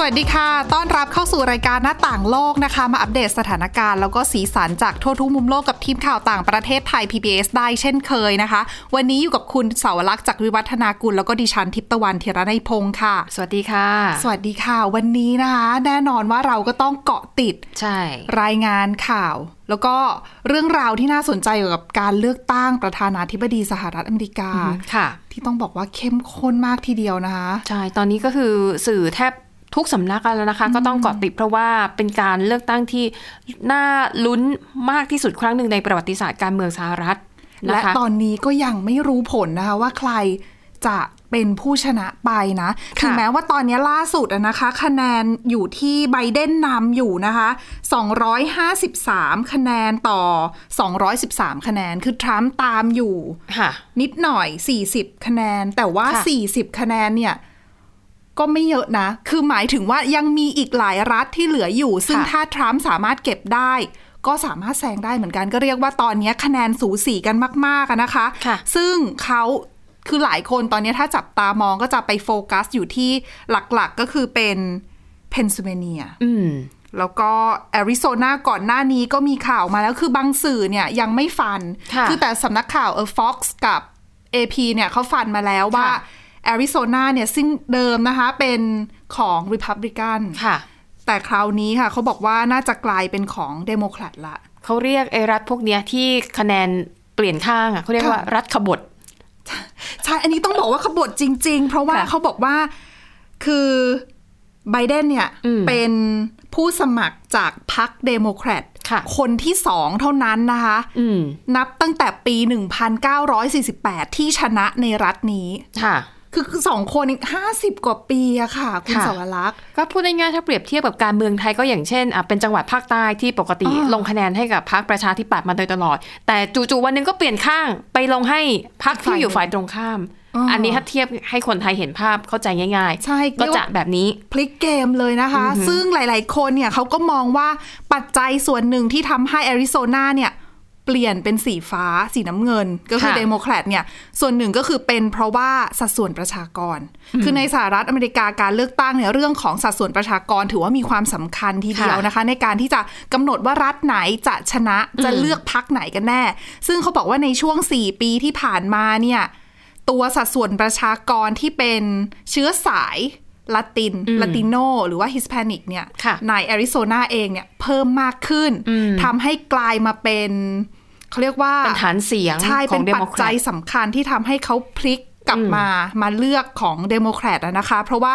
สวัสดีค่ะ ต้อนรับเข้าสู่รายการหน้าต่างโลกนะคะ มาอัปเดตสถานการณ์แล้วก็สีสันจากทั่วทุกมุมโลกกับทีมข่าวต่างประเทศไทย PBS ได้เช่นเคยนะคะ วันนี้อยู่กับคุณเสาวลักษณ์จากวิวัฒนากุลแล้วก็ดิฉันทิพย์ตะวันเทยระในยพงค์ค่ะ สวัสดีค่ะ สวัสดีค่ะ วันนี้นะคะ แน่นอนว่าเราก็ต้องเกาะติด ใช่ รายงานข่าว แล้วก็เรื่องราวที่น่าสนใจเกี่ยวกับการเลือกตั้งประธานาธิบดีสหรัฐอเมริกา ค่ะ ที่ต้องบอกว่าเข้มข้นมากทีเดียวนะคะ ใช่ ตอนนี้ก็คือสื่อแทบทุกสำนักแล้วนะคะ ก็ต้องเกาะติดเพราะว่าเป็นการเลือกตั้งที่น่าลุ้นมากที่สุดครั้งหนึ่งในประวัติศาสตร์การเมืองสหรัฐ และ นะคะ ตอนนี้ก็ยังไม่รู้ผลนะคะว่าใครจะเป็นผู้ชนะไปนะ ค่ะ ถึงแม้ว่าตอนนี้ล่าสุดอะนะคะ คะแนนอยู่ที่ไบเดนนำอยู่นะคะ 253 คะแนนต่อ 213 คะแนนคือทรัมป์ตามอยู่ ค่ะ นิดหน่อย 40 คะแนน แต่ว่า ค่ะ 40 คะแนนเนี่ย ก็ไม่เยอะนะ คือหมายถึงว่ายังมีอีกหลายรัฐที่เหลืออยู่ ซึ่ง ค่ะ ถ้าทรัมป์สามารถเก็บได้ ก็สามารถแซงได้เหมือนกัน ก็เรียกว่าตอนนี้คะแนนสูสีกันมากๆอะนะคะ ค่ะ ซึ่งเขาคือหลายคนตอนนี้ถ้าจับตามองก็จะไปโฟกัสอยู่ที่หลักๆก็คือเป็นเพนซิลเวเนีย อืม แล้วก็แอริโซนาก่อนหน้านี้ก็มีข่าวมาแล้วคือบางสื่อเนี่ยยังไม่ฟัน ค่ะ อแต่สำนักข่าวเออ Fox กับ AP เนี่ยเขาฟันมาแล้วว่า ค่ะ แอริโซนาเนี่ยซึ่งเดิมนะคะเป็นของ Republican ค่ะ แต่คราวนี้ค่ะเขาบอกว่าน่าจะกลายเป็นของเดโมแครตละ เขาเรียกไอ้รัฐพวกเนี้ยที่คะแนนเปลี่ยนข้างอ่ะเขาเรียก ค่ะ ว่ารัฐขบฏ ใช่ อันนี้ต้องบอกว่าขบฏจริง ๆ เพราะว่า ค่ะ เขาบอกว่าคือไบเดนเนี่ย อืม เป็นผู้สมัครจากพรรคเดโมแครต ค่ะ คนที่สองเท่านั้นนะคะ อืม นับตั้งแต่ปี 1948 ที่ชนะในรัฐนี้ ค่ะ คือสองคนอีก50 กว่าปีอะค่ะ คุณ ค่ะ สาวรักษณ์ ก็พูดง่ายๆถ้าเปรียบเทียบกับการเมืองไทยก็อย่างเช่นอ่ะเป็นจังหวัดภาคใต้ที่ปกติ อ่า ลงคะแนนให้กับพรรคประชาธิปัตย์มาโดยตลอด แต่จู่ๆวันหนึงก็เปลี่ยนข้างไปลงให้พรรคที่อยู่ฝ่ายตรงข้าม อันนี้ถ้าเทียบให้คนไทยเห็นภาพเข้าใจง่าย ใช่ ๆ ก็ เรียว่า จะแบบนี้ พลิกเกมเลยนะคะ ซึ่งหลาย ๆ คนเนี่ยเขาก็มองว่าปัจจัยส่วนหนึ่งที่ทำให้แอริโซนาเนี่ยเปลี่ยนเป็นสีฟ้าสีน้ำเงิน ก็คือ ค่ะ เดโมแครตเนี่ยส่วนหนึ่งก็คือเป็นเพราะว่าสัดส่วนประชากร คือในสหรัฐอเมริกาการเลือกตั้งเนี่ยเรื่องของสัดส่วนประชากรถือว่ามีความสำคัญทีเดียว ค่ะ นะคะ ในการที่จะกำหนดว่ารัฐไหนจะชนะจะเลือกพักไหนกันแน่ ซึ่งเขาบอกว่าในช่วง 4 ปีที่ผ่านมาเนี่ย ตัวสัดส่วนประชากรที่เป็นเชื้อสายละตินลาติโนหรือว่าฮิสแปนิกเนี่ย ค่ะ ในแอริโซนาเองเนี่ยเพิ่มมากขึ้น อืม ทำให้กลายมาเป็นเขาเรียกว่า เป็นฐานเสียง ใช่ ข เป็ อน งเด ปั โม จ แคร จัย ต สำคัญที่ทำให้เขาพลิกกลับมามาเลือกของเดโมแครตอะนะคะ เพราะว่า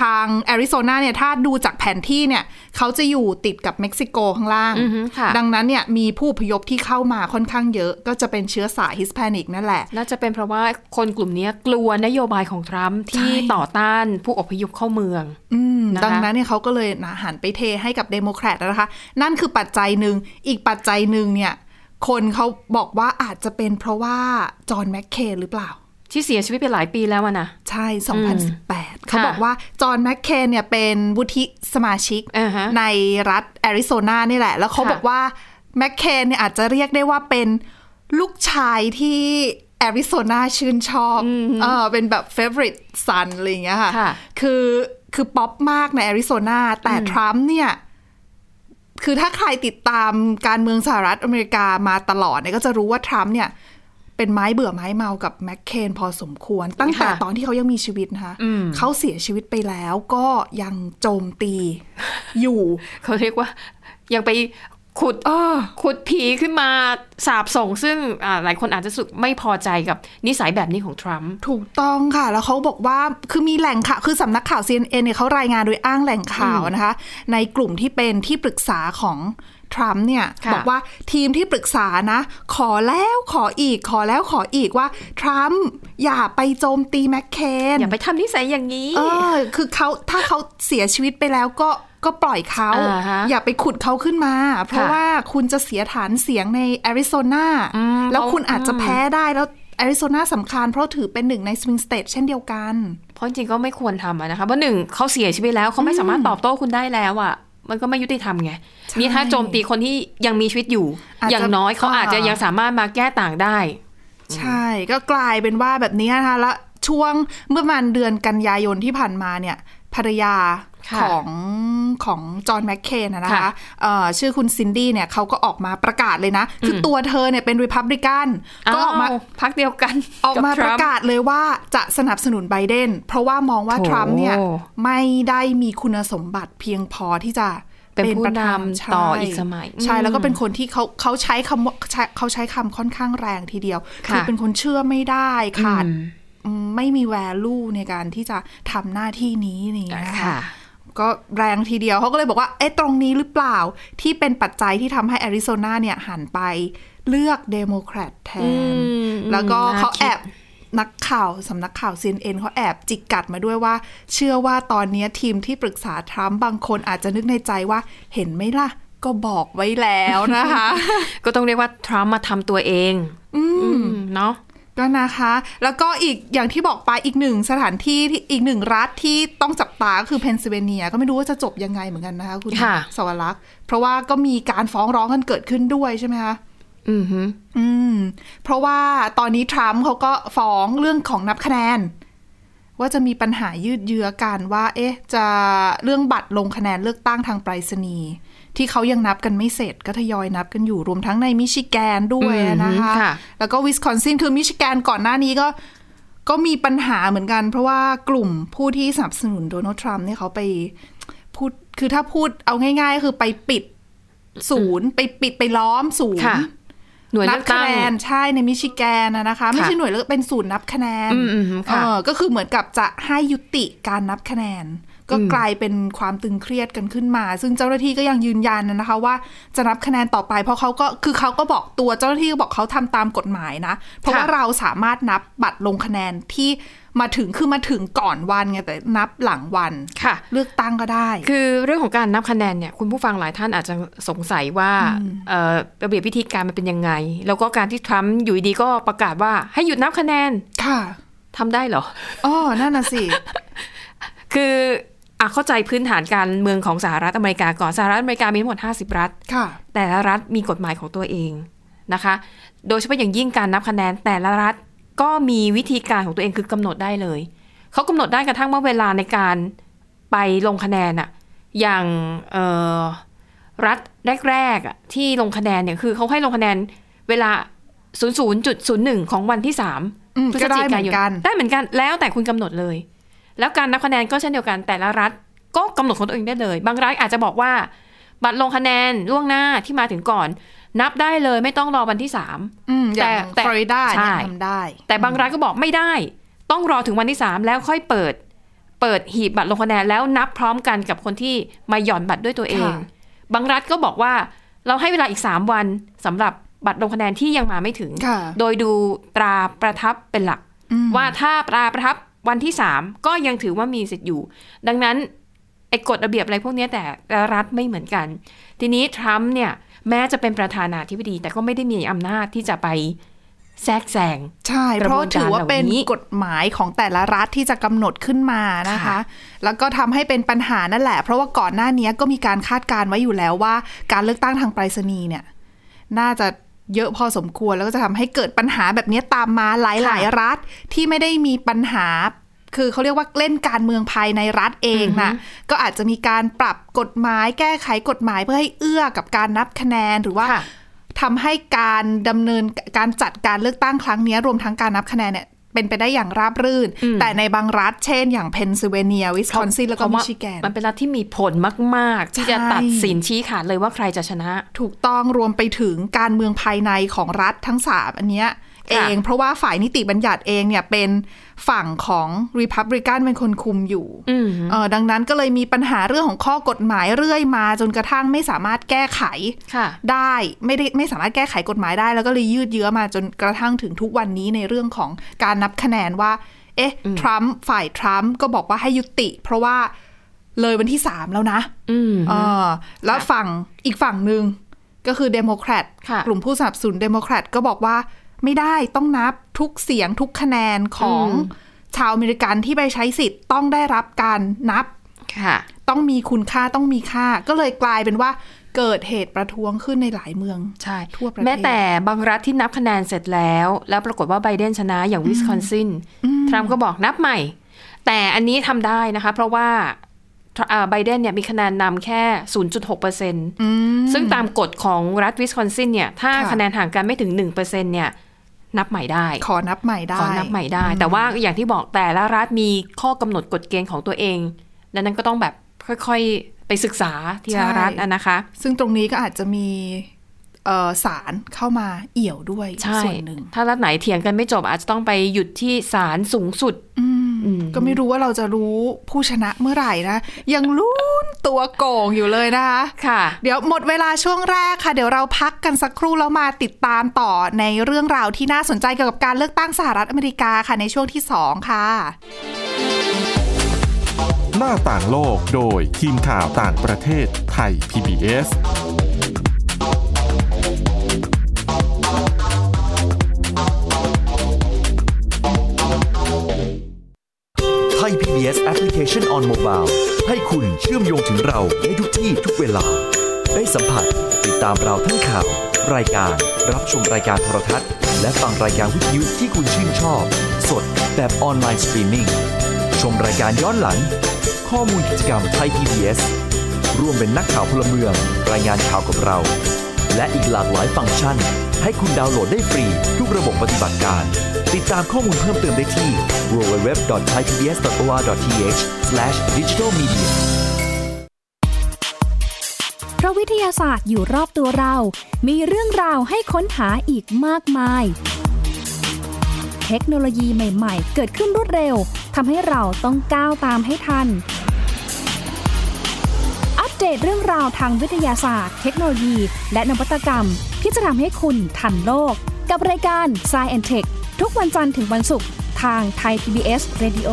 ทางแอริโซนาเนี่ยถ้าดูจากแผนที่เนี่ยเขาจะอยู่ติดกับเม็กซิโกข้างล่าง อือฮึค่ะ ดังนั้นเนี่ยมีผู้อพยพที่เข้ามาค่อนข้างเยอะ ก็จะเป็นเชื้อสายฮิสแปนิกนั่นแหละ น่าจะเป็นเพราะว่าคนกลุ่มเนี้ยกลัวนโยบายของทรัมป์ที่ ใช่ ต่อต้านผู้อพยพเข้าเมือง อืม นะคะ ดังนั้นเนี่ยเขาก็เลยนะหันไปเทให้กับเดโมแครตแล้วนะคะ นั่นคือปัจจัยหนึ่งอีกปัจจัยหนึ่งเนี่ย คนเขาบอกว่าอาจจะเป็นเพราะว่าจอห์นแมคเคนหรือเปล่า ที่เสียชีวิตไปหลายปีแล้วอะนะ ใช่ 2018 เขา ค่ะ บอกว่าจอห์นแมคเคนเนี่ยเป็นวุฒิสมาชิก อ่าฮะ ในรัฐแอริโซนานี่แหละ แล้วเขา ค่ะ บอกว่าแมคเคนเนี่ยอาจจะเรียกได้ว่าเป็นลูกชายที่แอริโซนาชื่นชอบเออเป็นแบบ favorite son อะไรอย่างเงี้ยค่ะ ค่ะ คือคือป๊อปมากในแอริโซนาแต่ทรัมป์เนี่ย คือถ้าใครติดตามการเมืองสหรัฐอเมริกามาตลอดเนี่ยก็จะรู้ว่าทรัมป์เนี่ย เป็นไม้เบื่อไม้เมากับแมคเคนพอสมควร ตั้งแต่ ค่ะ ตอนที่เขายังมีชีวิตนะคะ อืม เขาเสียชีวิตไปแล้วก็ยังโจมตี อยู่ เขาเรียกว่ายังไปขุด เออ ขุดผีขึ้นมาสาบส่งซึ่งอ่าหลายคนอาจจะรู้สึกไม่พอใจกับนิสัยแบบนี้ของทรัมป์ ถูกต้องค่ะ แล้วเขาบอกว่าคือมีแหล่งข่าวคือสำนักข่าว CNN เนี่ยเขารายงานโดยอ้างแหล่งข่าวนะคะ ในกลุ่มที่เป็นที่ปรึกษาของทรัมป์เนี่ย ค่ะ บอกว่าทีมที่ปรึกษานะ ขอแล้วขออีกขอแล้วขออีกว่า ทรัมป์อย่าไปโจมตีแมคเคน อย่าไปทำนิสัยอย่างนี้ เออคือเขาถ้าเขาเสียชีวิตไปแล้วก็ก็ปล่อยเขา อ่าฮะ อย่าไปขุดเขาขึ้นมา เพราะ ค่ะ ว่าคุณจะเสียฐานเสียงในแอริโซนา อืม แล้ว เขา คุณอาจจะแพ้ได้แล้ว แอริโซนาสำคัญเพราะถือเป็นหนึ่งในสวิงสเตทเช่นเดียวกัน เพราะจริงๆก็ไม่ควรทำอะนะคะเพราะหนึ่งเขาเสียชีวิตแล้วเขาไม่สามารถตอบโต้คุณได้แล้วอะมันก็ไม่ยุติธรรมไง ใช่ นี่ถ้าโจมตีคนที่ยังมีชีวิตอยู่ อาจจะ อย่างน้อยเขา อ่า อาจจะยังสามารถมาแก้ต่างได้ ใช่ก็กลายเป็นว่าแบบนี้นะคะและช่วงเมื่อประมาณเดือนกันยายนที่ผ่านมาเนี่ยภรรยา ค่ะ ของของจอห์นแมคเคนนะนะคะ ค่ะ เอ่อชื่อคุณซินดี้เนี่ยเขาก็ออกมาประกาศเลยนะ คืออ ม ตัวเธอเนี่ยเป็นริพับลิกันก็ออกมา วพักเดียวกัน ออกมา บปทม ระ ป์ กาศเลยว่าจะสนับสนุนไบเดน เพราะว่ามองว่า โถ ทรัมป์เนี่ยไม่ได้มีคุณสมบัติเพียงพอที่จะ เป็นผู้ ระธาน ำ ใช่ ต่ออีกสมัย ใช่ อืม แล้วก็เป็นคนที่เขาเขาใช้คำว่าใช้เขาใช้คำค่อนข้างแรงทีเดียว ค่ะ เป็นคนเชื่อไม่ได้ขาด อืม อืมไม่มีแวลูในการที่จะทำหน้าที่นี้อะไรอย่างเงี้ยนะคะ ค่ะ ก็แรงทีเดียวเขาก็เลยบอกว่า เอ๊ะ ตรงนี้หรือเปล่า ที่เป็นปัจจัยที่ทำให้แอริโซนาเนี่ย หันไปเลือกเดโมแครตแท อื น ม แล้วก็ น่า เขา คิด แอบนักข่าวสำนักข่าว CNN เขาแอบจิกกัดมาด้วยว่า เชื่อว่าตอนเนี้ยทีมที่ปรึกษาทรัมป์บางคนอาจจะนึกในใจว่าเห็นไหมล่ะ ก็บอกไว้แล้วนะคะ ก็ต้องเรียกว่าทรัมป์มาทำตัวเอง อืม อืมเนาะ ก็นะคะ แล้วก็อีกอย่างที่บอกไปอีกหนึ่งสถานที่ที่อีกหนึ่งรัฐที่ต้องจับตาก็คือเพนซิลเวเนีย ก็ไม่รู้ว่าจะจบยังไงเหมือนกันนะคะ คุณ ค่ะ สวรักษ์เพราะว่าก็มีการฟ้องร้องกันเกิดขึ้นด้วยใช่ไหมคะ อือหือ อืม เพราะว่าตอนนี้ทรัมป์เขาก็ฟ้องเรื่องของนับคะแนน ว่าจะมีปัญหายืดเยื้อกันว่า เอ๊ะ จะเรื่องบัตรลงคะแนนเลือกตั้งทางไปรษณีย์ที่เขายังนับกันไม่เสร็จก็ทยอยนับกันอยู่รวมทั้งในมิชิแกนด้วย อืม นะคะ ค่ะ แล้วก็วิสคอนซินคือมิชิแกนก่อนหน้านี้ก็ ก็มีปัญหาเหมือนกัน เพราะว่ากลุ่มผู้ที่สนับสนุนโดนัลด์ทรัมป์เนี่ยเขาไปพูดคือถ้าพูดเอาง่าย ๆ คือไปปิดศูนย์ ไปปิดไปล้อมศูน ค่ะ ย์ หน่วย นั เลื บอก คะ ตั้ง แนนใช่ในมิชิแกนนะนะคะ ไม่ใช่หน่วยเลือกเป็นศูนย์นับคะแนน อืมอืมอืม เอ ค่ะ อก็คือเหมือนกับจะให้ยุติการนับคะแนน ก็ อืม กลายเป็นความตึงเครียดกันขึ้นมา ซึ่งเจ้าหน้าที่ก็ยังยืนยันนะคะ ว่าจะนับคะแนนต่อไป เพราะเขาก็คือเขาก็บอกตัวเจ้าหน้าที่ก็บอกเขาทำตามกฎหมายนะ เพราะว่าเราสามารถนับบัตรลงคะแนนที่มาถึงคือมาถึงก่อนวันไงแต่นับหลังวัน ค่ะ เลือกตั้งก็ได้ คือเรื่องของการนับคะแนนเนี่ยคุณผู้ฟังหลายท่านอาจจะสงสัยว่าเอ่อระเบียบวิธีการมันเป็นยังไง แล้วก็การที่ทรัมป์อยู่ดีๆก็ประกาศว่าให้หยุดนับคะแนน ค่ะ ทำได้เหรอ อ๋อนั่นน่ะสิ คืออ่ะเข้าใจพื้นฐานการเมืองของสหรัฐอเมริกาก่อนสหรัฐอเมริกามีทั้งหมด 50 รัฐ ค่ะ แต่ละรัฐมีกฎหมายของตัวเองนะคะ โดยเฉพาะอย่างยิ่งการนับคะแนนแต่ละรัฐก็มีวิธีการของตัวเองคือกำหนดได้เลย เขากำหนดได้กระทั่งว่าเวลาในการไปลงคะแนนอะอย่างเอ่อรัฐแรกๆอะที่ลงคะแนนเนี่ยคือเขาให้ลงคะแนนเวลา 00.01 ของวันที่ อืม 3พฤศ ก็ได้ จิ เหมื กา อยน น กัน ได้เหมือนกันแล้วแต่คุณกำหนดเลย แล้วการนับคะแนนก็เช่นเดียวกันแต่ละรัฐก็กำหนดของตัวเองได้เลย บางรัฐอาจจะบอกว่า บัตรลงคะแนนล่วงหน้าที่มาถึงก่อน นับได้เลยไม่ต้องรอวันที่ 3 อืมอย่าง แต่แต่ ฟลอริดาเนี่ย ใช่ ทำได้ แต่บางรัฐก็บอกไม่ได้ ต้องรอถึงวันที่ 3 แล้วค่อยเปิด เปิดหีบบัตรลงคะแนนแล้วนับพร้อมกันกับคนที่มาหย่อนบัตรด้วยตัวเอง ค่ะ บางรัฐก็บอกว่าเราให้เวลาอีก 3 วันสำหรับบัตรลงคะแนนที่ยังมาไม่ถึง ค่ะ โดยดูตราประทับเป็นหลัก อืม ว่าถ้าตราประทับวันที่ 3 ก็ยังถือว่ามีสิทธิ์อยู่ ดังนั้นไอ้กฎระเบียบอะไรพวกเนี้ยแต่ละรัฐไม่เหมือนกัน ทีนี้ทรัมป์เนี่ยแม้จะเป็นประธานาธิบดี แต่ก็ไม่ได้มีอำนาจที่จะไปแทรกแซง ใช่เพราะถือว่าเป็น กระบวนการเหล่านี้ กฎหมายของแต่ละรัฐที่จะกำหนดขึ้นมานะคะ ค่ะ แล้วก็ทำให้เป็นปัญหานั่นแหละ เพราะว่าก่อนหน้านี้ก็มีการคาดการณ์ไว้อยู่แล้วว่า การเลือกตั้งทางไปรษณีย์เนี่ย น่าจะเยอะพอสมควรแล้วก็จะทำให้เกิดปัญหาแบบนี้ตามมาหลาย ค่ะ ๆ รัฐที่ไม่ได้มีปัญหา คือเขาเรียกว่าเล่นการเมืองภายในรัฐเองนะก็อาจจะมีการปรับกฎหมายแก้ไขกฎหมายเพื่อให้เอื้อกับการนับคะแนนหรือว่า ค่ะ ทำให้การดำเนินการจัดการเลือกตั้งครั้งเนี้ยรวมทั้งการนับคะแนนเนี่ยเป็นไปได้อย่างราบรื่น แต่ในบางรัฐเช่นอย่างเพนซิลเวเนีย วิสคอนซิน แล้วก็ เพมิราะว่า ชิแกน มันเป็นรัฐที่มีผลมาก ๆ ที่จะ ใช่ ตัดสินชี้ขาดเลยว่าใครจะชนะ ถูกต้องรวมไปถึงการเมืองภายในของรัฐทั้ง 3 อันเนี้ยเอง เพราะว่าฝ่ายนิติบัญญัติเองเนี่ยเป็นฝั่งของริพับริกันเป็นคนคุมอยู่ อืม เออดังนั้นก็เลยมีปัญหาเรื่องของข้อกฎหมายเรื่อยมาจนกระทั่งไม่สามารถแก้ไข ค่ะ ได้ไม่ได้ไม่สามารถแก้ไขกฎหมายได้ แล้วก็เลยยืดเยื้อมาจนกระทั่งถึงทุกวันนี้ในเรื่องของการนับคะแนนว่า เอ๊ะทรัมป์ฝ่ายทรัมป์ก็บอกว่าให้ยุติ เพราะว่าเลยวันที่สามแล้วนะ อืม เออแล้วฝั่งอีกฝั่งหนึ่งก็คือเดโมแครต ค่ะ กลุ่มผู้สนับสนุนเดโมแครตก็บอกว่า ไม่ได้ต้องนับทุกเสียงทุกคะแนนของ อืม ชาวอเมริกันที่ไปใช้สิทธิ์ต้องได้รับการนับ ค่ะ ต้องมีคุณค่าต้องมีค่า ก็เลยกลายเป็นว่าเกิดเหตุประท้วงขึ้นในหลายเมือง ใช่ ทั่วประเทศ แม้แต่บางรัฐที่นับคะแนนเสร็จแล้ว แล้วปรากฏว่าไบเดนชนะอย่างวิสคอนซินทรัมป์ก็บอกนับใหม่ แต่อันนี้ทำได้นะคะ เพราะว่าเอ่อไบเดนเนี่ยมีคะแนนนำแค่ 0.6% อืม ซึ่งตามกฎของรัฐวิสคอนซินเนี่ย ถ้า ค่ะ คะแนนห่างกันไม่ถึง 1%เนี่ย นับใหม่ได้ ขอนับใหม่ได้ ขอนับใหม่ได้ แต่ว่าอย่างที่บอกแต่ละรัฐมีข้อกำหนดกฎเกณฑ์ของตัวเอง และนั้นก็ต้องแบบค่อยๆ ไปศึกษาที่ ใช่ รัฐอะนะคะ ซึ่งตรงนี้ก็อาจจะมีเอ่อสารเข้ามาเอี่ยวด้วย ใช่ ส่วนหนึ่ง ถ้ารัฐไหนเถียงกันไม่จบอาจจะต้องไปหยุดที่ศาลสูงสุด อืมก็ไม่รู้ว่าเราจะรู้ผู้ชนะเมื่อไหร่นะ ยังลุ้นตัวโก่งอยู่เลยนะคะ ค่ะ เดี๋ยวหมดเวลาช่วงแรกค่ะ เดี๋ยวเราพักกันสักครู่แล้วมาติดตามต่อในเรื่องราวที่น่าสนใจเกี่ยวกับการเลือกตั้งสหรัฐอเมริกาค่ะในช่วงที่สองค่ะ หน้าต่างโลกโดยทีมข่าวต่างประเทศไทย PBS ไทย PBS Application on Mobile ให้คุณเชื่อมโยงถึงเราในทุกที่ทุกเวลา ได้สัมผัสติดตามเราทั้งข่าว รายการ รับชมรายการโทรทัศน์ และฟังรายการวิทยุที่คุณชื่นชอบ สดแบบออนไลน์สตรีมมิ่งชมรายการย้อนหลัง ข้อมูลกิจกรรมไทย PBS ร่วมเป็นนักข่าวพลเมือง รายงานข่าวกับเรา และอีกหลากหลายฟังก์ชัน ให้คุณดาวน์โหลดได้ฟรี ทุกระบบปฏิบัติการ ติดตามข้อมูลเพิ่มเติมได้ที่ www.thaipbs.or.th/digitalmedia เพราะวิทยาศาสตร์อยู่รอบตัวเรา มีเรื่องราวให้ค้นหาอีกมากมาย เทคโนโลยีใหม่ ๆ เกิดขึ้นรวดเร็ว ทำให้เราต้องก้าวตามให้ทัน อัปเดตเรื่องราวทางวิทยาศาสตร์ เทคโนโลยี และนวัตกรรม ที่จะทำให้คุณทันโลก กับรายการ s c i e n t e c h ทุกวันจันทร์ถึงวันศุกร์ ทางไทย PBS Radio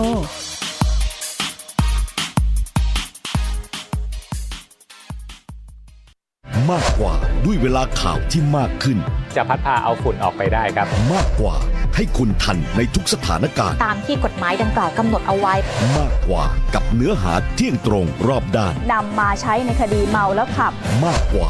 มากกว่าด้วยเวลาข่าวที่มากขึ้น จะพัดพาเอาฝุ่นออกไปได้ครับ มากกว่าให้คุณทันในทุกสถานการณ์ ตามที่กฎหมายดังกล่าวกำหนดเอาไว้ มากกว่ากับเนื้อหาเที่ยงตรงรอบด้าน นำมาใช้ในคดีเมาแล้วขับ มากกว่า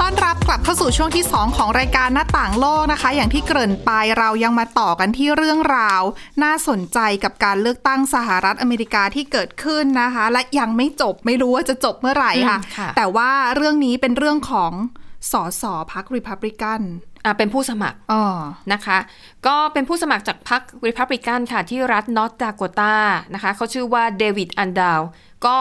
ต้อนรับกลับเข้าสู่ช่วงที่ 2 ของรายการหน้าต่างโลกนะคะ อย่างที่เกริ่นไปเรายังมาต่อกันที่เรื่องราว น่าสนใจกับการเลือกตั้งสหรัฐอเมริกาที่เกิดขึ้นนะคะ และยังไม่จบไม่รู้ว่าจะจบเมื่อไหร่ค่ะ อืมค่ะ แต่ว่าเรื่องนี้เป็นเรื่องของสสพักริพับลิกัน อ่ะเป็นผู้สมัคร อ๋อ นะคะ ก็เป็นผู้สมัครจากพรรคริพับลิกันค่ะ ที่รัฐนอตดาโกตานะคะเขาชื่อว่าเดวิดอันดาวก็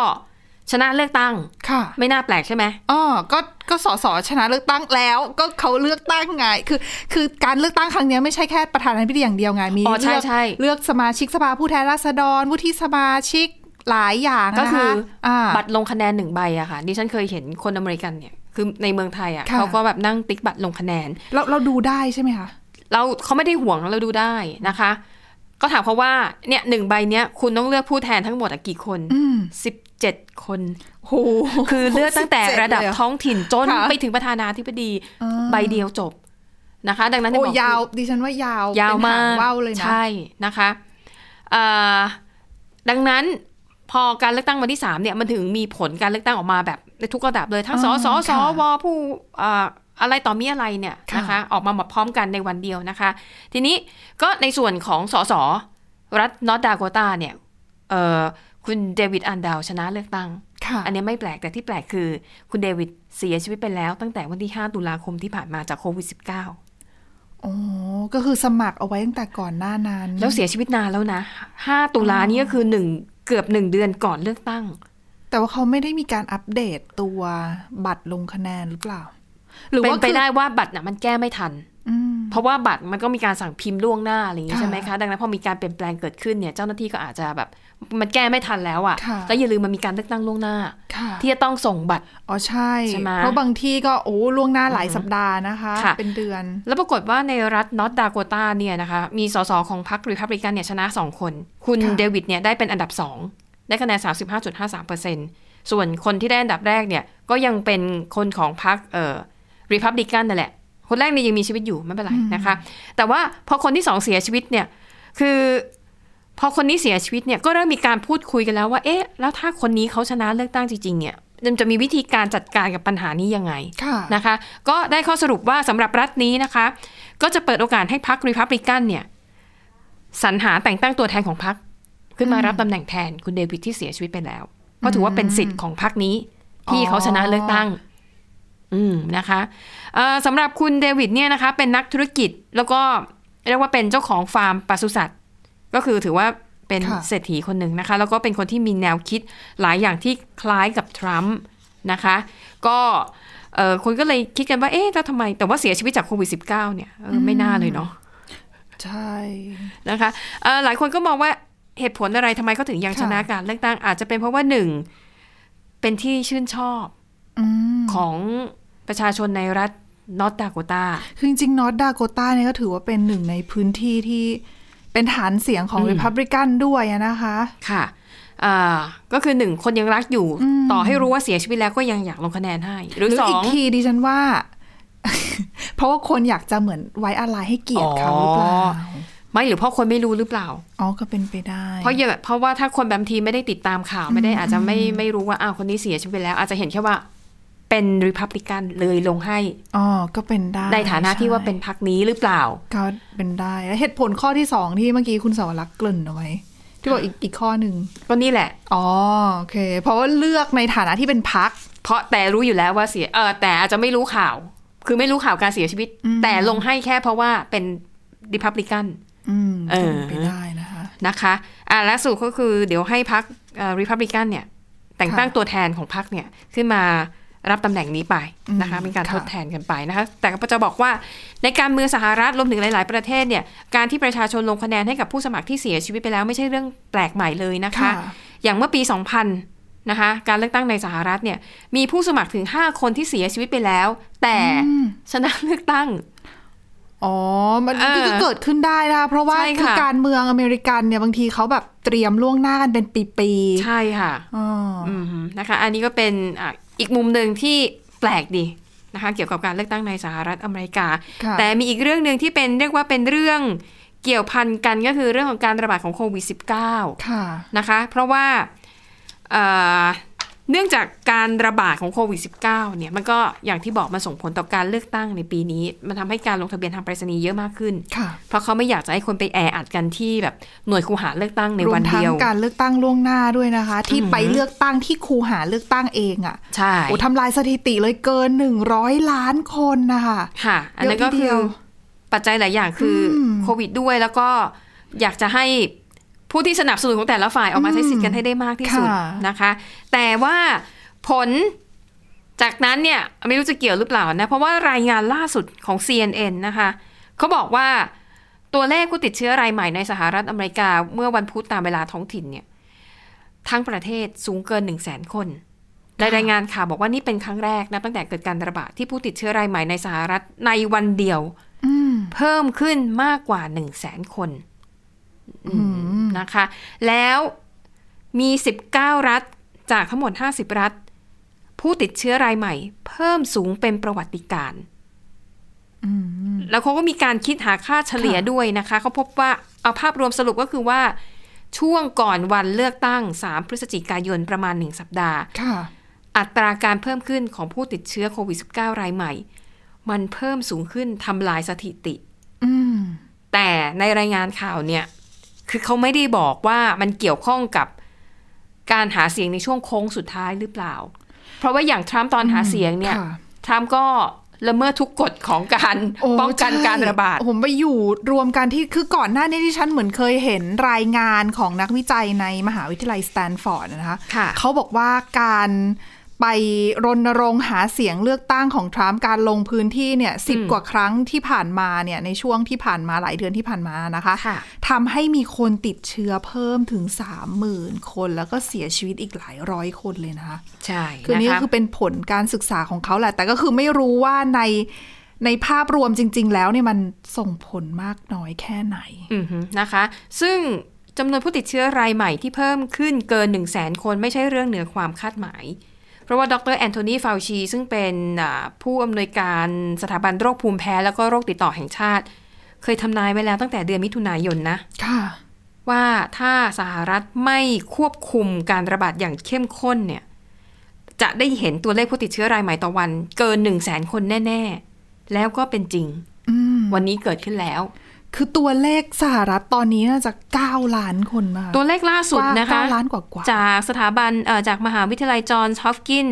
ชนะเลือกตั้ง ค่ะ ไม่น่าแปลกใช่ไหม อ๋อก็ ก็สสชนะเลือกตั้งแล้ว ก็เขาเลือกตั้งไง คือ คือการเลือกตั้งครั้งเนี้ยไม่ใช่แค่ประธานาธิบดีอย่างเดียวไง มี อ๋อใช่ เลืก ใช่ เลือกสมาชิกสภาผู้แทนราษฎร วุฒิสมาชิกหลายอย่าง ก็ นะ คื คะ อ อ่า บัตรลงคะแนนหนึ่งใบอะค่ะดิฉันเคยเห็นคนอเมริกันเนี่ยคือในเมืองไทยอะ ค่ะ เขาก็แบบนั่งติ๊กบัตรลงคะแนน เราเราดูได้ใช่ไหมคะ เราเขาไม่ได้ห่วงเราดูได้นะคะ ก็ถามเขาว่าเนี่ยหนึ่งใบเนี้ยคุณต้องเลือกผู้แทนทั้งหมดอะกี่คน อืม สิบเจ็ดคน โห คือเลือกตั้งแต่ระดับท้องถิ่นจน ค่ะ ไปถึงประธานาธิบดี อ่า ใบเดียวจบนะคะ ดังนั้น โอ้ บอก ยาว ดิฉันว่ายาวย าว เป็นห มาง ก ว่าวเลยนะ ใช่นะคะเอ่อดังนั้นพอการเลือกตั้งวันที่สามเนี่ยมันถึงมีผลการเลือกตั้งออกมาแบบในทุกระดับเลยทั้ง อ๋ ส อ สส ค่ะ วผู้เอ่ออะไรต่อมีอะไรเนี่ย ค่ะ นะคะ ออกมาหมดพร้อมกันในวันเดียวนะคะ ทีนี้ก็ในส่วนของสสรัฐนอตดาโกตาเนี่ยเอ่อคุณเดวิดอันดาวชนะเลือกตั้ง ค่ะ อันนี้ไม่แปลกแต่ที่แปลกคือ คุณเดวิดเสียชีวิตไปแล้ว ตั้งแต่วันที่ 5 ตุลาคมที่ผ่านมาจากโควิด -19 โอ้ก็คือสมัครเอาไว้ตั้งแต่ก่อนหน้านั้น แล้วเสียชีวิตนานแล้วนะ 5 ตุลานี่ก็คือหนึ่งเกือบ 1 เดือนก่อนเลือกตั้ง แต่ว่าเขาไม่ได้มีการอัปเดตตัวบัตรลงคะแนนหรือเปล่า หรือ เป็น ว่า ไป คือ ได้ว่าบัตรน่ะมันแก้ไม่ทัน อืม เพราะว่าบัตรมันก็มีการสั่งพิมพ์ล่วงหน้าอะไรอย่างนี้ ค่ะ ใช่ไหมคะ ดังนั้นพอมีการเปลี่ยนแปลงเกิดขึ้นเนี่ยเจ้าหน้าที่ก็อาจจะแบบมันแก้ไม่ทันแล้วอะ ค่ะ แล้วอย่าลืมมันมีการเลือกตั้งล่วงหน้า ค่ะ ที่จะต้องส่งบัตร อ๋อใช่ ใช่ไหม เพราะบางที่ก็โอ้ล่วงหน้าหลายสัปดาห์นะคะ ค่ะ เป็นเดือน แล้วปรากฏว่าในรัฐนอตดาโกตาเนี่ยนะคะ มีสสของพรรครีพับลิกันเนี่ยชนะ 2 คน คุณเดวิดเนี่ยได้เป็นอันดับ 2 ได้คะแนน 35.53%ส่วนคนที่ได้อันดับแรกเนี่ยก็ยังเป็นคนของพรรคเอ่อรีพับลิกันนั่นแหละ คนแรกเนี่ยยังมีชีวิตอยู่ไม่เป็นไรนะคะ แต่ว่าพอคนที่ 2 เสียชีวิตเนี่ยคือพอคนนี้เสียชีวิตเนี่ยก็เริ่มมีการพูดคุยกันแล้วว่าเอ๊ะแล้วถ้าคนนี้เขาชนะเลือกตั้งจริงๆเนี่ยมันจะมีวิธีการจัดการกับปัญหานี้ยังไง ค่ะ นะคะก็ได้ข้อสรุปว่าสำหรับรัฐนี้นะคะ ก็จะเปิดโอกาสให้พรรครีพับลิกันเนี่ยสรรหาแต่งตั้งตัวแทนของพรรคขึ้นมารับตำแหน่งแทนคุณเดวิดที่เสียชีวิตไปแล้วก็ถือว่าเป็นสิทธิ์ของพรรคนี้ ที่เขาชนะเลือกตั้ง อืมนะคะเอ่อสำหรับคุณเดวิดเนี่ยนะคะ เป็นนักธุรกิจแล้วก็เรียกว่าเป็นเจ้าของฟาร์มปศุสัตว์ ก็คือถือว่าเป็น ค่ะ เศรษฐีคนหนึ่งนะคะ แล้วก็เป็นคนที่มีแนวคิดหลายอย่างที่คล้ายกับทรัมป์นะคะ ก็เอ่อคนก็เลยคิดกันว่าเอ๊ะแล้วทำไม แต่ว่าเสียชีวิตจากโควิด -19 เนี่ยเออไม่น่าเลยเนาะ ใช่ นะคะเอ่อหลายคนก็มองว่าเหตุผลอะไรทำไมเขาถึงยังชนะการเลือกตั้งอาจจะเป็นเพราะว่าหนึ่งเป็นที่ชื่นชอบ อืม ของประชาชนในรัฐนอตดาโกตา คือจริงๆนอตดาโกตาเนี่ยก็ถือว่าเป็นหนึ่งในพื้นที่ที่เป็นฐานเสียงของ อืม ริพับลิกันด้วยอะนะคะ ค่ะอ่าก็คือหนึ่งคนยังรักอยู่ อืม ต่อให้รู้ว่าเสียชีวิตแล้วก็ยังอยากลงคะแนนให้ ห ห รือ รือ สอ อี ง กทีดิฉันว่า เพราะว่าคนอยากจะเหมือนไว้อะไรให้เกียรติเขาหรือเปล่า ไม่หรือเพราะคนไม่รู้หรือเปล่า อ๋อก็เป็นไปได้ เพราะเยอะเพราะว่าถ้าคนบางทีไม่ได้ติดตามข่าวไม่ได้อาจจะไม่ไม่รู้ว่าอ้าวคนนี้เสียชีวิตไปแล้ว อาจจะเห็นแค่ว่าเป็นริพับลิกันเลยลงให้ อ๋อก็เป็นได้ ในฐานะที่ว่าเป็น ใช่ พรรคนี้หรือเปล่า ก็เป็นได้และเหตุผลข้อที่สองที่เมื่อกี้คุณสาวรักษ์เกริ่นเอาไว้ ที่บอกอีกอีกข้อหนึ่ง ก็นี่แหละ อ๋อโอเค เพราะว่าเลือกในฐานะที่เป็นพัก เพราะแต่รู้อยู่แล้วว่าเสียเออแต่อาจจะไม่รู้ข่าว คือไม่รู้ข่าวการเสียชีวิต อืม แต่ลงให้แค่เพราะว่าเป็นดิพับลิกัน อืม เออ ก็เป็นไปได้นะคะ นะคะอ่ะและสุดก็คือเดี๋ยวให้พรรคริพับลิกันเนี่ย แต่งตั้ง ค่ะ ตัวแทนของพรรคเนี่ย ขึ้นมารับตำแหน่งนี้ไปนะคะ อืม เป็นการ ค่ะ ทดแทนกันไปนะคะ แต่ก็จะบอกว่าในการเมืองสหรัฐรวมถึงหลาย ๆ ประเทศเนี่ยการที่ประชาชนลงคะแนนให้กับผู้สมัครที่เสียชีวิตไปแล้วไม่ใช่เรื่องแปลกใหม่เลยนะคะ อย่างเมื่อปี 2000 นะคะ การเลือกตั้งในสหรัฐเนี่ย มีผู้สมัครถึง 5 คนที่เสียชีวิตไปแล้ว แต่ อืม ชนะเลือกตั้ง อ๋อ มัน เออ ก็เกิดขึ้นได้นะคะ เพราะว่า ใช่ค่ะ คือการเมืองอเมริกันเนี่ยบางทีเขาแบบเตรียมล่วงหน้ากันเป็นปี ใช่ค่ะ ๆอ๋ออ อืมนะคะ อันนี้ก็เป็นอ่ะอีกมุมหนึ่งที่แปลกดีนะคะ เกี่ยวกับการเลือกตั้งในสหรัฐอเมริกา ค่ะ แต่มีอีกเรื่องหนึ่งที่เป็นเรียกว่าเป็นเรื่องเกี่ยวพันกันก็คือเรื่องของการระบาดของโควิด -19 ค่ะ นะคะเพราะว่าเอ่อเนื่องจากการระบาดของโควิด -19 เนี่ยมันก็อย่างที่บอกมันส่งผลต่อการเลือกตั้งในปีนี้ มันทำให้การลงทะเบียนทางไปรษณีย์เยอะมากขึ้น ค่ะ เพราะเขาไม่อยากจะให้คนไปแออัดกันที่แบบหน่วยคูหาเลือกตั้งใน รว วั ม น ทั้ง เดียว การเลือกตั้งล่วงหน้าด้วยนะคะ ที่ อือหือ ไปเลือกตั้งที่คูหาเลือกตั้งเองอ่ะ ใช่ โอ้ทำลายสถิติเลยเกินหนึ่งร้อยล้านคนนะคะ ค่ะ อันนั้นก็ เยอะทีเดี คือ ยว ปัจจัยหลายอย่างคืออ ม โควิดด้วยแล้วก็อยากจะให้ผู้ที่สนับสนุนของแต่ละฝ่ายออกมาใช้สิทธิ์กันให้ได้มากที่สุด ค่ะ นะคะ แต่ว่าผล จากนั้นเนี่ยไม่รู้จะเกี่ยวหรือเปล่านะ เพราะว่ารายงานล่าสุดของ CNN นะคะเขาบอกว่าตัวเลขผู้ติดเชื้อรายใหม่ในสหรัฐอเมริกา เมื่อวันพุธตามเวลาท้องถิ่นเนี่ยทั้งประเทศสูงเกิน 1 0 0 0 0แสนคนในรายงานข่าวบอกว่านี่เป็นครั้งแรกนะตั้งแต่เกิดการระบาดที่ผู้ติดเชื้อรายใหม่ในสหรัฐในวันเดียว อืม เพิ่มขึ้นมากกว่า 1 0 0 0 0แสนคนอืม อืม นะคะ แล้วมี 19 รัฐจากทั้งหมด 50 รัฐ ผู้ติดเชื้อรายใหม่ เพิ่มสูงเป็นประวัติการณ์ อืม แล้วเขาก็มีการคิดหาค่าเฉลี่ย ค่ะ ด้วยนะคะ เขาพบว่าเอาภาพรวมสรุปก็คือว่าช่วงก่อนวันเลือกตั้ง 3 พฤศจิกายนประมาณ 1 สัปดาห์ ค่ะ อัตราการเพิ่มขึ้นของผู้ติดเชื้อโควิด -19 รายใหม่ มันเพิ่มสูงขึ้นทำลายสถิติ อืม แต่ในรายงานข่าวเนี่ย คือเขาไม่ได้บอกว่ามันเกี่ยวข้องกับการหาเสียงในช่วงโค้งสุดท้ายหรือเปล่า เพราะว่าอย่างทรัมป์ตอนหาเสียงเนี่ย ค่ะ ทรัมป์ก็ละเมิดทุกกฎของการ โ ป้องกัน ใช่ การระบาด ผมไปอยู่รวมกันที่คือก่อนหน้านี้ที่ฉันเหมือนเคยเห็นรายงานของนักวิจัยในมหาวิทยาลัยสแตนฟอร์ดนะคะ ค่ะ เขาบอกว่าการ ไปรณรงค์หาเสียงเลือกตั้งของทรัมป์การลงพื้นที่เนี่ยสิบ อืม กว่าครั้งที่ผ่านมาเนี่ยในช่วงที่ผ่านมาหลายเดือนที่ผ่านมานะคะ ค่ะ ทำให้มีคนติดเชื้อเพิ่มถึง 30,000 คนแล้วก็เสียชีวิตอีกหลายร้อยคนเลยนะคะ ใช่ คือนี่ก็คือเป็นผลการศึกษาของเขาแหละ แต่ก็คือไม่รู้ว่าในในภาพรวมจริง ๆ แล้วเนี่ยมันส่งผลมากน้อยแค่ไหน อือฮึนะคะ ซึ่งจำนวนผู้ติดเชื้อรายใหม่ที่เพิ่มขึ้นเกิน 1 0 0 0 0แสนคนไม่ใช่เรื่องเหนือความคาดหมาย เพราะว่าดรแอนโทนีฟาวชีซึ่งเป็นอ่าผู้อำนวยการสถาบันโรคภูมิแพ้ แล้วก็โรคติดต่อแห่งชาติ เคยทำนายไว้แล้วตั้งแต่เดือนมิถุนายนนะ ค่ะ ว่าถ้าสหรัฐไม่ควบคุมการระบาดอย่างเข้มข้นเนี่ยจะได้เห็นตัวเลขผู้ติดเชื้อรายใหม่ต่อวัน เกิน1 0 0 0 0แสนคนแน่ ๆ แล้วก็เป็นจริง อืม วันนี้เกิดขึ้นแล้ว คือตัวเลขสหรัฐตอนนี้น่าจะ 9 ล้านคนมาก ตัวเลขล่าสุดนะคะ กว่าเก้าล้านกว่ากว่า จากสถาบันเอ่อจากมหาวิทยาลัยจอห์นส์ฮอปกิน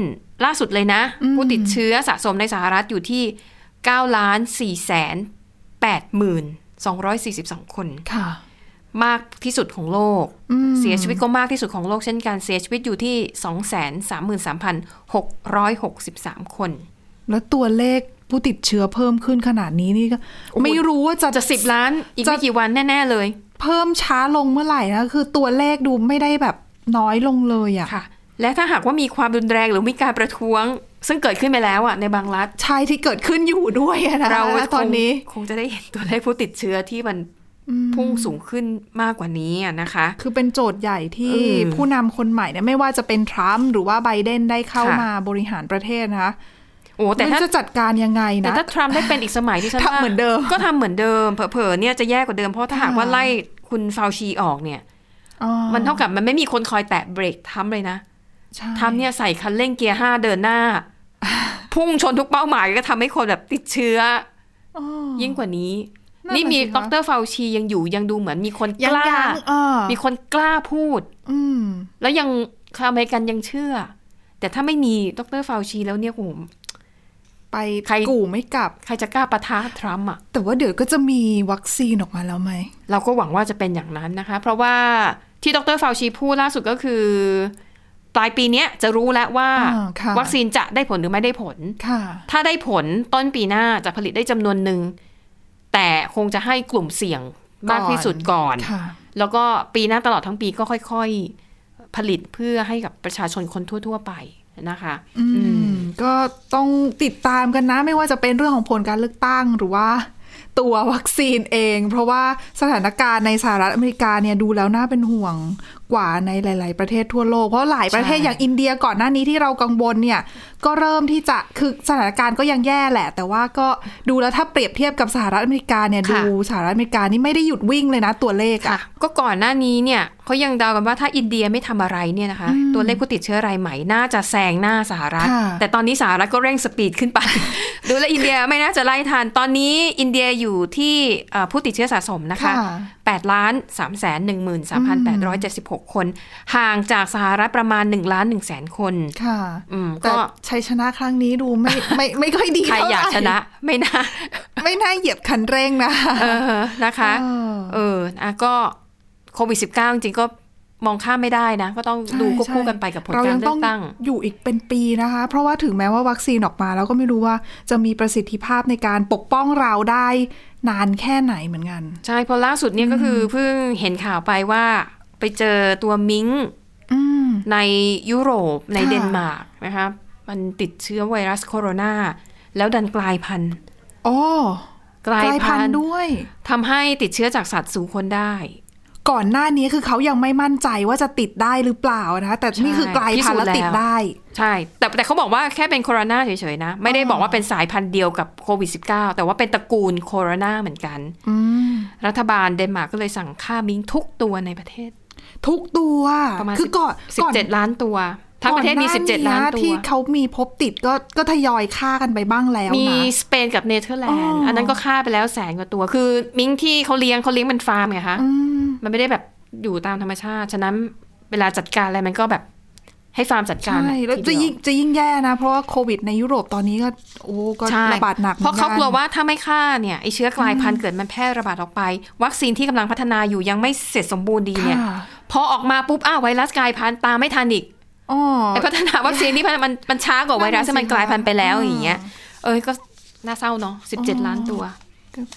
ล่าสุดเลยนะ อืม ผู้ติดเชื้อสะสมในสหรัฐอยู่ที่9ล้าน4แสน8หมื่น242 คน ค่ะ มากที่สุดของโลก อืม เสียชีวิตก็มากที่สุดของโลกเช่นกัน เสียชีวิตอยู่ที่ 233,663 คน แล้วตัวเลขผู้ติดเชื้อเพิ่มขึ้นขนาดนี้นี่ก็ โอ้โห ไม่รู้ว่าจะ จะ 10 ล้าน อีกไม่กี่วันแน่ ๆ เลย เพิ่มช้าลงเมื่อไหร่นะคือตัวเลขดูไม่ได้แบบน้อยลงเลยอะ ค่ะ และถ้าหากว่ามีความรุนแรงหรือมีการประท้วง ซึ่งเกิดขึ้นไปแล้วอ่ะในบางรัฐ ชายที่เกิดขึ้นอยู่ด้วยอะนะ เรา ตอนนี้ คงคงจะได้เห็นตัวเลขผู้ติดเชื้อที่มันพุ่งสูงขึ้นมากกว่านี้อะนะคะ คือเป็นโจทย์ใหญ่ที่ อืม ผู้นำคนใหม่เนี่ยไม่ว่าจะเป็นทรัมป์หรือว่าไบเดนได้เข้า ค่ะ มาบริหารประเทศนะคะ โอ้แต่ มัน ถ้า จะจัดการยังไง แต่ นะ ถ้าทรัมป์ได้เป็นอีกสมัยที่ฉัน ทำ ว่า เหมือนเดิม ก็ทำเหมือนเดิมเผลอๆเนี่ยจะแย่กว่าเดิมเพราะถ้าหาก ค่ะ ว่าไล่คุณฟาวชีออกเนี่ย อ๋อ มันเท่ากับมันไม่มีคนคอยแตะเบรกทรัมป์เลยนะ ใช่ ทรัมป์เนี่ยใส่คันเร่งเกียร์ห้าเดินหน้า พุ่งชนทุกเป้าหมายก็ทำให้คนแบบติดเชื้อ อ๋อ อยิ่งกว่านี้ นั่น นี่ น่ะ มี สิคะ ดรฟาวชียังอยู่ยังดูเหมือนมีคน ยั ก ง ล้า ยังเออ มีคนกล้าพูด อืม แล้วยังคอเมริกันยังเชื่อ แต่ถ้าไม่มีดรฟาวชีแล้วเนี่ยผม ไป ใคร กู่ไม่กลับ ใครจะกล้าปะทะทรัมป์อ่ะ แต่ว่าเดี๋ยวก็จะมีวัคซีนออกมาแล้วไหม เราก็หวังว่าจะเป็นอย่างนั้นนะคะ เพราะว่าที่ดรฟาวชีพูดล่าสุดก็คือ ปลายปีเนี้ยจะรู้แล้วว่า อ่าค่ะ วัคซีนจะได้ผลหรือไม่ได้ผล ค่ะ ถ้าได้ผลต้นปีหน้าจะผลิตได้จำนวนหนึ่ง แต่คงจะให้กลุ่มเสี่ยงมาก ก่อน ที่สุดก่อน ค่ะ แล้วก็ปีหน้าตลอดทั้งปีก็ค่อยๆ ผลิตเพื่อให้กับประชาชนคนทั่ว ๆ ไปนะคะ อื อื ม ม ก็ต้องติดตามกันนะ ไม่ว่าจะเป็นเรื่องของผลการเลือกตั้งหรือว่า ตัววัคซีนเอง เพราะว่าสถานการณ์ในสหรัฐอเมริกาเนี่ยดูแล้วน่าเป็นห่วงกว่าในหลาย ๆ ประเทศทั่วโลก เพราะหลายประเทศ ใช่ อย่างอินเดียก่อนหน้านี้ที่เรากังวลเนี่ย ก็เริ่มที่จะคือสถานการณ์ก็ยังแย่แหละ แต่ว่าก็ดูแล้วถ้าเปรียบเทียบกับสหรัฐอเมริกาเนี่ยดูสหรัฐอเมริกานี่ไม่ได้หยุดวิ่งเลยนะตัวเลขอะ ค่ะก็ก่อนหน้านี้เนี่ยเขายังเดากันว่าถ้าอินเดียไม่ทำอะไรเนี่ยนะคะ ตัวเลขผู้ติดเชื้อรายใหม่น่าจะแซงหน้าสหรัฐ ค่ะ แต่ตอนนี้สหรัฐก็เร่งสปีดขึ้นไป ดูแลวอินเดียไม่น่าจะไล่ทันตอนนี้อินเดียอยู่ที่เอ่อผู้ติดเชื้อสะสมนะคะ8ล้าน3แสน1 3 8 7 6 คน ห่างจากสหรัฐประมาณ1ล้าน1แสนคน ค่ะ อืม แต่ ก็ ชัยชนะครั้งนี้ดูไม่ ไม่ไม่ค่อยดี ใคร เท่ไห อยากชนะไม่น่า ไม่น่าเหยียบคันเร่งนะ เออนะคะ เออ เอออ่ะก็โควิด -19 จริงๆก็มองข้ามไม่ได้นะ ก็ต้องดูควบคู่กันไปกับผล เรา การ ยั เลื ต้ อ อง กตั้ง อยู่อีกเป็นปีนะคะ เพราะว่าถึงแม้ว่าวัคซีนออกมาแล้วก็ไม่รู้ว่าจะมีประสิทธิภาพในการปกป้องเราได้นานแค่ไหนเหมือนกัน ใช่เพราะล่าสุดเนี่ยก็คือเพิ่งเห็นข่าวไปว่าไปเจอตัวมิง อืม ในยุโรปใน ค่ะ เดนมาร์กนะคะมันติดเชื้อไวรัสโคโรนาแล้วดันกลายพันธุ์ โอ้ กลาก ย ลายพั พั น น ธุ์ ธุ์ ด้วย ทำให้ติดเชื้อจากสัตว์สู่คนได้ ก่อนหน้านี้คือเขายังไม่มั่นใจว่าจะติดได้หรือเปล่านะคะแต่นี่คือกลายพันธุ์แล้วติดได้ ใช่ แต่แต่เขาบอกว่าแค่เป็นโคโรนาเฉยๆนะ ไม่ได้บอกว่าเป็นสายพันธุ์เดียวกับโควิด -19 แต่ว่าเป็นตระกูลโคโรนาเหมือนกัน อืม รัฐบาลเดนมาร์กก็เลยสั่งฆ่ามิงทุกตัวในประเทศ ทุกตัว ประมาณ คือก่อนก่อน 17 ล้านตัว ทั้งประเทศมี ก่อห 17 ล้านตัว ที่เขามีพบติดก็ก็ทยอยฆ่ากันไปบ้างแล้ว มี นะ สเปนกับเนเธอร์แลนด์ อ๋ออั อันนั้นก็ฆ่าไปแล้วแสนกว่าตัว คือมิงที่เขาเลี้ยงเขาเลี้ยงเป็นฟาร์มไงคะ อืม มันไม่ได้แบบอยู่ตามธรรมชาติ ฉะนั้นเวลาจัดการอะไรมันก็แบบให้ฟาร์มจัดการ ใช่ แล้ว ทีจะเดีย ยิ่งจะยิ่งแย่นะ เพราะว่าโควิดในยุโรปตอนนี้ก็ โอ้ก็ ใช่ ระบาดหนักหมื เพ อนกัราะน เขากลัวว่าถ้าไม่ฆ่าเนี่ยไอเชื้อกลายพันธุ์เกิดมันแพร่ระบาดออกไป วัคซีนที่กำลังพัฒนาอยู่ยังไม่เสร็จสมบูรณ์ดีเนี่ย ค่ะ พอออกมาปุ๊บอ้าวไวรัสกลายพันธุ์ตามไม่ทันอีก อ๋อ ไอ้พัฒนาวัคซีนนี่มันมันช้ากว่าไวรัส นั่นน่ะสิ ที่มันกลายพันธุ์ไปแล้ว อ่า อย่างเงี้ย เอ้ยก็น่าเศร้าเนาะ17 ล้านตัว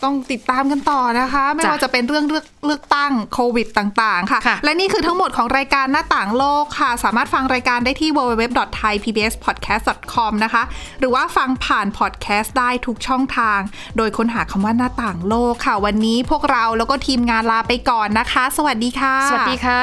ต้องติดตามกันต่อนะคะ ไม่ จ้ะ ว่าจะเป็นเรื่องเลือกเลือกตั้งโควิดต่าง ๆ ค่ะ ค่ะ และนี่คือทั้งหมดของรายการหน้าต่างโลกค่ะ สามารถฟังรายการได้ที่ www.thaipbspodcast.com นะคะ หรือว่าฟังผ่านพอดแคสต์ได้ทุกช่องทาง โดยค้นหาคำว่าหน้าต่างโลกค่ะ วันนี้พวกเราแล้วก็ทีมงานลาไปก่อนนะคะ สวัสดีค่ะ สวัสดีค่ะ